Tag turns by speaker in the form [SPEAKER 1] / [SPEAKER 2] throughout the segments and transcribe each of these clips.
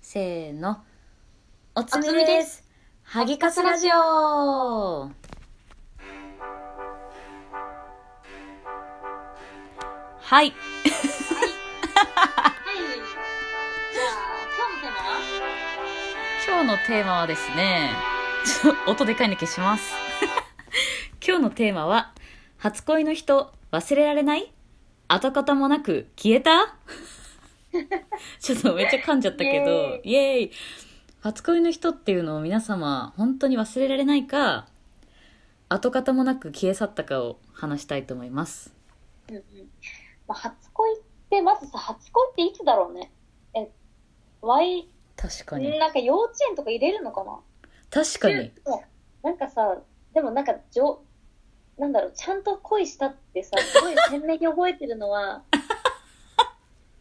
[SPEAKER 1] せーの。おつみ
[SPEAKER 2] おつみ
[SPEAKER 1] で。
[SPEAKER 2] です
[SPEAKER 1] ハギカスラジオ。はい。
[SPEAKER 2] はい。じゃあ、今日の
[SPEAKER 1] 今日のテ
[SPEAKER 2] テーマは
[SPEAKER 1] ーマはですね、 ちょっと音でかいんで消します。 今日のテーマは、初恋の人忘れられない跡形もなく消えた ちょっとめっちゃ噛んじゃったけど、イエーイ初恋の人っていうのを皆様本当に忘れられないか、跡形もなく消え去ったかを話したいと思います。
[SPEAKER 2] うんうん。まあ、初恋って、まずさ、初恋っていつだろうね。え、ワイ、
[SPEAKER 1] 確かに。
[SPEAKER 2] なんか幼稚園とか入れるのかな
[SPEAKER 1] 確かに。
[SPEAKER 2] 中なんかさ、でもなんか、じょなんだろう、ちゃんと恋したってさ、すごい鮮明に覚えてる のは、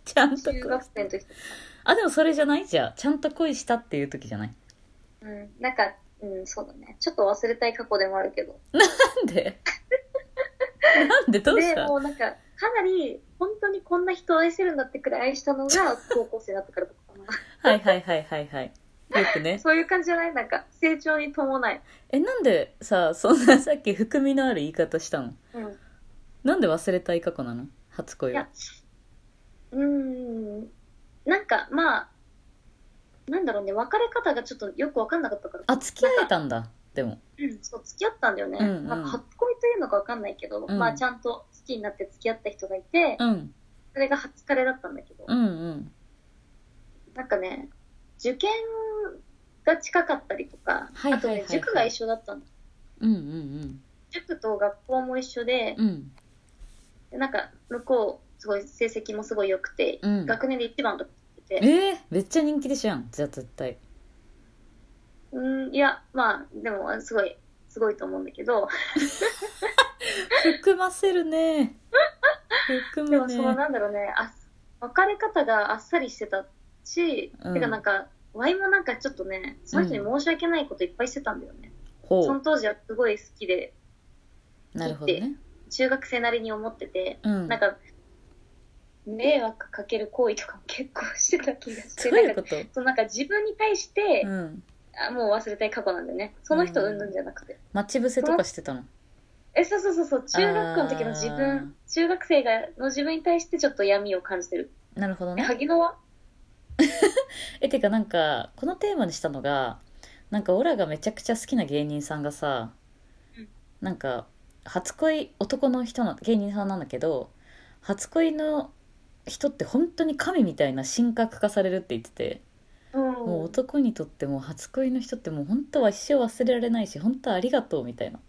[SPEAKER 1] ちゃんと
[SPEAKER 2] 中
[SPEAKER 1] 恋
[SPEAKER 2] 学。生の時とか。
[SPEAKER 1] あ、でもそれじゃないじゃあ。ちゃんと恋したっていう時じゃない。
[SPEAKER 2] うん、なんか、うん、そうだね。ちょっと忘れたい過去でもあるけど。
[SPEAKER 1] なんでなんでどうし
[SPEAKER 2] で、
[SPEAKER 1] た
[SPEAKER 2] もうなんか、かなり、本当にこんな人を愛せるんだってくらい愛したのが、高校生だったからとかな。
[SPEAKER 1] はいはいはいはいはい。よくね。
[SPEAKER 2] そういう感じじゃないなんか、成長に伴い。
[SPEAKER 1] え、なんでさ、そんなさっき含みのある言い方したの
[SPEAKER 2] うん。なん
[SPEAKER 1] なんで忘れたい過去なの初恋
[SPEAKER 2] い
[SPEAKER 1] は
[SPEAKER 2] や。、うーん。なんか、まあ、なんだろうね、別れ方がちょっとよくわかんなかったから。
[SPEAKER 1] あ、付き合えたんだ。でも。
[SPEAKER 2] うん、そう、付き合ったんだよね。
[SPEAKER 1] うんうん
[SPEAKER 2] なんか、初恋というのかわかんないけ
[SPEAKER 1] う
[SPEAKER 2] ど、
[SPEAKER 1] ん
[SPEAKER 2] まあ、ちゃんと好きになって付き合った人がいて、
[SPEAKER 1] うん。
[SPEAKER 2] それが初彼だったんだけど、
[SPEAKER 1] うんうん。
[SPEAKER 2] なんかね、受験が近かったりとか、
[SPEAKER 1] はいはいはいはい
[SPEAKER 2] あとね、塾が一緒だったの。
[SPEAKER 1] うんうん
[SPEAKER 2] 塾と学校も一緒で
[SPEAKER 1] うん。う、ん。
[SPEAKER 2] でなんか、向こう、すごい、成績もすごい良くて、
[SPEAKER 1] うん
[SPEAKER 2] 学年で一番とか言ってて、
[SPEAKER 1] えー、めっちゃ人気でしょやん。じゃあ絶対。
[SPEAKER 2] うん、いや、まあ、でも、すごい、すごいと思うんだけど、
[SPEAKER 1] 含ませるね。
[SPEAKER 2] で
[SPEAKER 1] 含む
[SPEAKER 2] も、
[SPEAKER 1] ね。
[SPEAKER 2] その、なんだろうね、あ別れ方があっさりしてたし、
[SPEAKER 1] うん
[SPEAKER 2] てかなんか、ワイもなんかちょっとね、その人に申し訳ないこといっぱいしてたんだよね。
[SPEAKER 1] ほ
[SPEAKER 2] その
[SPEAKER 1] う。
[SPEAKER 2] 当時はすごい好きで、
[SPEAKER 1] なるほどね。
[SPEAKER 2] 中学生なりに思ってて、
[SPEAKER 1] うん。
[SPEAKER 2] なんか、迷惑かける行為とかも結構してた気がして、
[SPEAKER 1] どうい
[SPEAKER 2] な
[SPEAKER 1] うんこ
[SPEAKER 2] か、
[SPEAKER 1] と
[SPEAKER 2] そうなんか自分に対して、
[SPEAKER 1] うん。
[SPEAKER 2] あもう忘れたい過去なんだよね。その人
[SPEAKER 1] うん
[SPEAKER 2] うんぬんじゃなくて。
[SPEAKER 1] 待ち伏せとかしてたの。
[SPEAKER 2] え、そうそうそうそう、中学校の時の自分、中学生がの自分に対してちょっと闇を感じてる。
[SPEAKER 1] なるほど
[SPEAKER 2] え、
[SPEAKER 1] ね。
[SPEAKER 2] 萩野は
[SPEAKER 1] えてかなんかこのテーマにしたのがなんかオラがめちゃくちゃ好きな芸人さんがさ、
[SPEAKER 2] うん
[SPEAKER 1] なんか初恋男の人の芸人さんなんだけど初恋の人って本当に神みたいな神格化されるって言ってて、
[SPEAKER 2] うん。
[SPEAKER 1] もう男にとっても初恋の人ってもう本当は一生忘れられないし本当はありがとうみたいな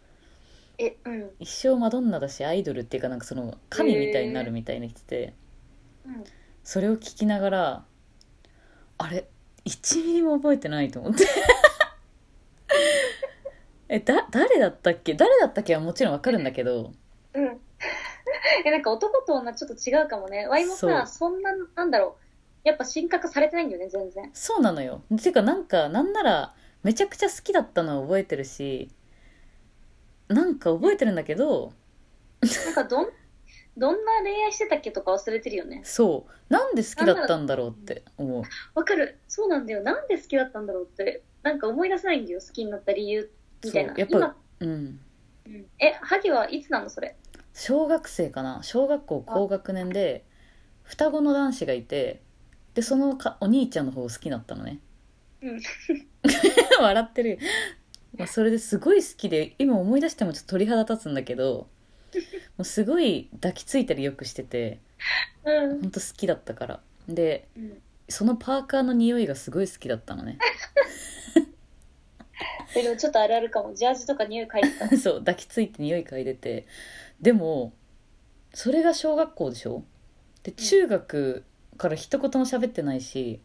[SPEAKER 2] え、うん。
[SPEAKER 1] 一生マドンナだしアイドルっていうかなんかその神みたいになるみたいに言ってて。
[SPEAKER 2] うん、
[SPEAKER 1] それを聞きながらあれ1ミリも覚えてないと思って えだ誰だったっけ誰だったっけはもちろんわかるんだけど
[SPEAKER 2] うん。 え、なんか男と女ちょっと違うかもね。ワイも
[SPEAKER 1] そう
[SPEAKER 2] さ、そんな、なんだろう。やっぱ神格化されてないんだよね、全 然。
[SPEAKER 1] そうなのよていうかなんかなんならめちゃくちゃ好きだったのは覚えてるしなんか覚えてるんだけど
[SPEAKER 2] なんかどん、どんな恋愛してたっけとか忘れてるよね。
[SPEAKER 1] そうなんで好きだったんだろうって思う
[SPEAKER 2] わかる。そうなんだよ。なんで好きだったんだろうって。なんか思い出せないんだよ、好きになった理由、みたいな。
[SPEAKER 1] そうやっぱ
[SPEAKER 2] 今、
[SPEAKER 1] うん
[SPEAKER 2] うん、え、萩はいつなの、それ。
[SPEAKER 1] 小学生かな小学校高学年で双子の男子がいてでそのかお兄ちゃんの方を好きだったのね
[SPEAKER 2] うん
[SPEAKER 1] 笑ってるよ、まあ、それですごい好きで今思い出してもちょっと鳥肌立つんだけ どもうすごい抱きついたりよくしてて
[SPEAKER 2] うん。
[SPEAKER 1] ほんと好きだったからで
[SPEAKER 2] うん
[SPEAKER 1] そのパーカーの匂いがすごい好きだったのね
[SPEAKER 2] でもちょっとあるあるかも。ジャージとか匂い嗅いで た。
[SPEAKER 1] そう抱きついて匂い嗅いでてでもそれが小学校でしょで中学から一言も喋ってないし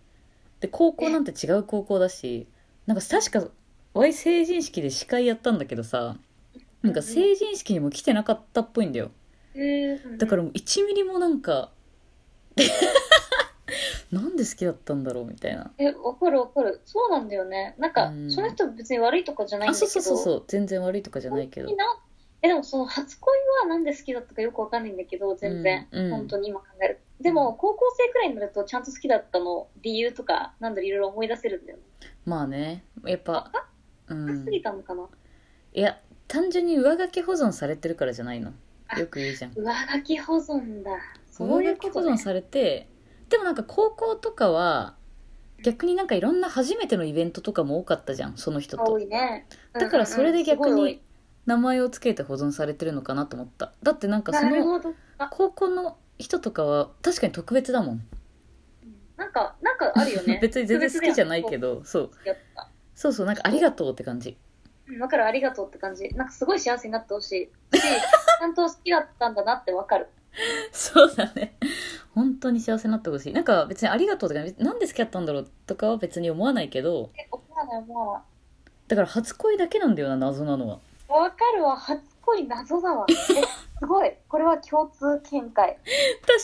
[SPEAKER 1] で高校なんて違う高校だしなんか確か Y 成人式で司会やったんだけどさなんか成人式にも来てなかったっぽいんだよ
[SPEAKER 2] うん
[SPEAKER 1] だからもう1ミリもなんか なんで好きだったんだろうみたいな
[SPEAKER 2] え、わかるわかる。そうなんだよね。なんか、
[SPEAKER 1] うん
[SPEAKER 2] その人別に悪いとかじゃないん
[SPEAKER 1] あ
[SPEAKER 2] だけど。
[SPEAKER 1] そうそうそうそう全然悪いとかじゃないけど
[SPEAKER 2] 本当になえ、でもその初恋はなんで好きだったかよくわかんないんだけど、全然。
[SPEAKER 1] うんうん
[SPEAKER 2] 本当に今考える。でも、高校生くらいになると、ちゃんと好きだったの、理由とか、なんだろ、いろいろ思い出せるんだよね。
[SPEAKER 1] まあねやっぱう
[SPEAKER 2] 高
[SPEAKER 1] ん
[SPEAKER 2] すぎたのかな、
[SPEAKER 1] いや単純に上書き保存されてるからじゃないのよく言うじゃん
[SPEAKER 2] 上書き保存だ。そうい
[SPEAKER 1] 上
[SPEAKER 2] う
[SPEAKER 1] 書き
[SPEAKER 2] こ
[SPEAKER 1] 保
[SPEAKER 2] とね
[SPEAKER 1] 存されてでもなんか高校とかは逆になんかいろんな初めてのイベントとかも多かったじゃんその人
[SPEAKER 2] 多
[SPEAKER 1] と
[SPEAKER 2] いね。
[SPEAKER 1] だからそれで逆
[SPEAKER 2] うんうんうん
[SPEAKER 1] に名前を付けて保存されてるのかなと思っただってなんか
[SPEAKER 2] すごい多い
[SPEAKER 1] そ
[SPEAKER 2] なる
[SPEAKER 1] の
[SPEAKER 2] ほど。あ
[SPEAKER 1] 高校の人とかは確かに特別だもん、
[SPEAKER 2] なんか、なんかあるよね。
[SPEAKER 1] 別に全然好きじゃないけ
[SPEAKER 2] ど。
[SPEAKER 1] どそう
[SPEAKER 2] やった
[SPEAKER 1] そうそうなんかありがとうって感じ
[SPEAKER 2] うんだからありがとうって感じ。なんかすごい幸せになってほしい。し、ちゃんと好きだったんだなってわかる。
[SPEAKER 1] そうだね本当に幸せになってほしいなんか別にありがとうとかなんで好きだったんだろうとかは別に思わないけど
[SPEAKER 2] え、思わない思わ
[SPEAKER 1] だから初恋だけなんだよな謎なのは
[SPEAKER 2] ない。わかるわ。初恋謎だわ。え、すごい。これは共通見解。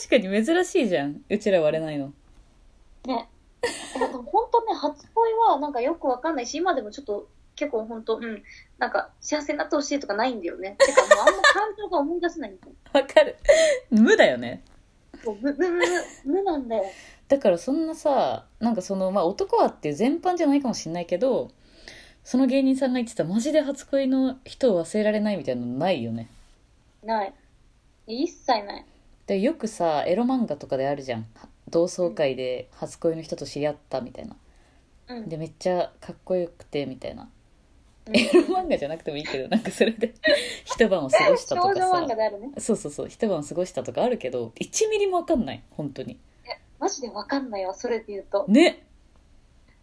[SPEAKER 1] 確かに珍しいじゃんうちら割れないの
[SPEAKER 2] ね。えでも本当ね、初恋はなんかよくわかんないし、今でもちょっと結構本当、うん、なんか幸せになってほしいとかないんだよね。てかもうあんま感情が思い出せないんだよ。
[SPEAKER 1] わかる 無だよね
[SPEAKER 2] もう無、無、無、無なんだよ。
[SPEAKER 1] だからそんなさなんかそのまあ男はっていう全般じゃないかもしんないけどその芸人さんが言ってたマジで初恋の人を忘れられないみたいなのないよね
[SPEAKER 2] ない。一切ない。
[SPEAKER 1] でよくさエロ漫画とかであるじゃん同窓会で初恋の人と知り合ったみたいな
[SPEAKER 2] うん。
[SPEAKER 1] でめっちゃかっこよくてみたいな
[SPEAKER 2] うん
[SPEAKER 1] エロ漫画じゃなくてもいいけどなんかそれで 一晩を過ごした
[SPEAKER 2] 少
[SPEAKER 1] と
[SPEAKER 2] 女
[SPEAKER 1] かさ
[SPEAKER 2] 漫画であるね。
[SPEAKER 1] そうそうそう一晩を過ごしたとかあるけど1ミリも分かんない本当に
[SPEAKER 2] マジでわかんないわ、それで言うと。
[SPEAKER 1] ね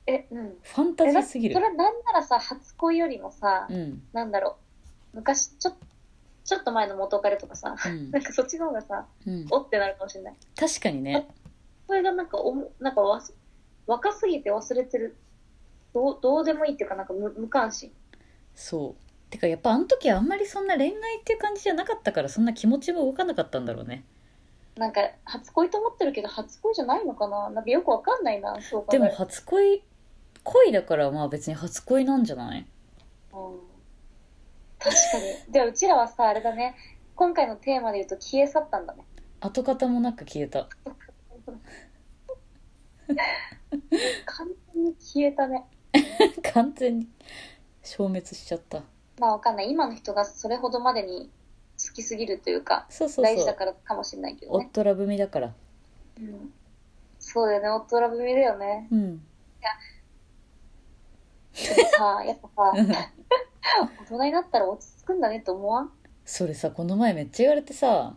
[SPEAKER 2] え、うん。
[SPEAKER 1] ファンタジ
[SPEAKER 2] えだ
[SPEAKER 1] ーすぎる
[SPEAKER 2] それはなんならさ、初恋よりもさ、
[SPEAKER 1] うん
[SPEAKER 2] なんだろう、昔、ちょ、ちょっと前の元彼とかさ、
[SPEAKER 1] うん
[SPEAKER 2] なんかそっちの方がさ、
[SPEAKER 1] うん
[SPEAKER 2] おってなるかもしれない。
[SPEAKER 1] 確かにね
[SPEAKER 2] それがなんかおも、なんかわす若すぎて忘れてる。どう、どうでもいいっていうか、なんか無無関心。
[SPEAKER 1] そうてかやっぱあの時はあんまりそんな恋愛っていう感じじゃなかったからそんな気持ちも動かなかったんだろうね
[SPEAKER 2] なんか、初恋と思ってるけど、初恋じゃないのかななんかよくわかんないな、そうか
[SPEAKER 1] でも初恋恋だからまあ別に初恋なんじゃない
[SPEAKER 2] うん確かに。じゃあ、うちらはさ、あれだね。今回のテーマで言うと、消え去ったんだね。
[SPEAKER 1] 跡形もなく消えた
[SPEAKER 2] 完全に消えたね。
[SPEAKER 1] 完全に消滅しちゃった
[SPEAKER 2] まあ、わかんない。今の人がそれほどまでに好きすぎるというか、
[SPEAKER 1] そうそう
[SPEAKER 2] 大事
[SPEAKER 1] そ
[SPEAKER 2] だ
[SPEAKER 1] う
[SPEAKER 2] からかもしれないけどね。
[SPEAKER 1] 夫ラブミだから
[SPEAKER 2] うん、そうだよね。夫ラブミだ よね。
[SPEAKER 1] うん
[SPEAKER 2] でもさ、やっ ぱさ、大人になったら落ち着くんだねって思わん
[SPEAKER 1] それさこの前めっちゃ言われてさ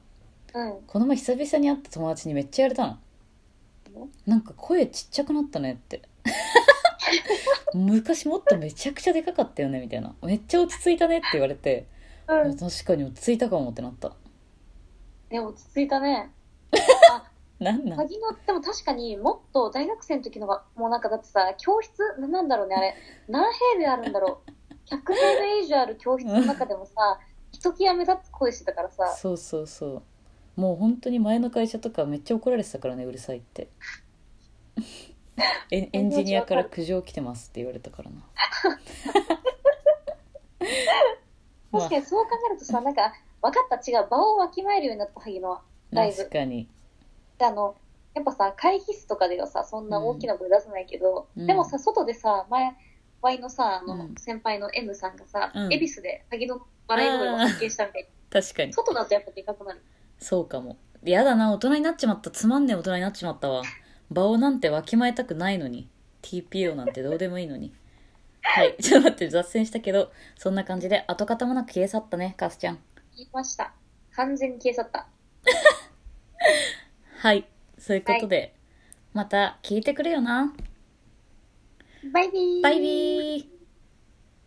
[SPEAKER 2] うん。
[SPEAKER 1] この前久々に会った友達にめっちゃ言われたのなんか声ちっちゃくなったねって 昔もっとめちゃくちゃでかかったよねみたいなめっちゃ落ち着いたねって言われてあ
[SPEAKER 2] うん。
[SPEAKER 1] 確かに落ち着いたかもってなった
[SPEAKER 2] ね、落ち着いたね。
[SPEAKER 1] なんなん
[SPEAKER 2] 鍵の、でも確かにもっと大学生の時のが、もうなんかだってさ、教室、ななんだろうね、あれ、何平米あるんだろう。100平米以上ある教室の中でもさ、ひときわ目立つ声してたからさ、
[SPEAKER 1] そうそうそうもう本当に前の会社とかめっちゃ怒られてたからねうるさいって エンエンジニアから苦情来てますって言われたからなまあ
[SPEAKER 2] 確かにそう考えるとさ、なんか、分かった、違う、場をわきまえるようになった萩野は。ライブ
[SPEAKER 1] 確かに
[SPEAKER 2] で、あの、やっぱさ、会議室とかではさ、そんな大きな声出さないけど、
[SPEAKER 1] うん
[SPEAKER 2] でもさ、外でさ、前、ワイのさ、あの、
[SPEAKER 1] うん
[SPEAKER 2] 先輩の M さんがさ、
[SPEAKER 1] うん
[SPEAKER 2] 恵比寿で萩野笑い声を発見したみたい
[SPEAKER 1] 確かに
[SPEAKER 2] な。外だとやっぱでかくなる。
[SPEAKER 1] そうかもやだな大人になっちまったつまんねえ大人になっちまったわ場をなんてわきまえたくないのに TPO なんてどうでもいいのにはい ちょっと待って雑線したけどそんな感じで跡形もなく消え去ったねカスちゃん
[SPEAKER 2] 言いました。完全に消え去った。
[SPEAKER 1] はいそういうことで、また聞いてくれよな
[SPEAKER 2] バイビー。
[SPEAKER 1] バイビー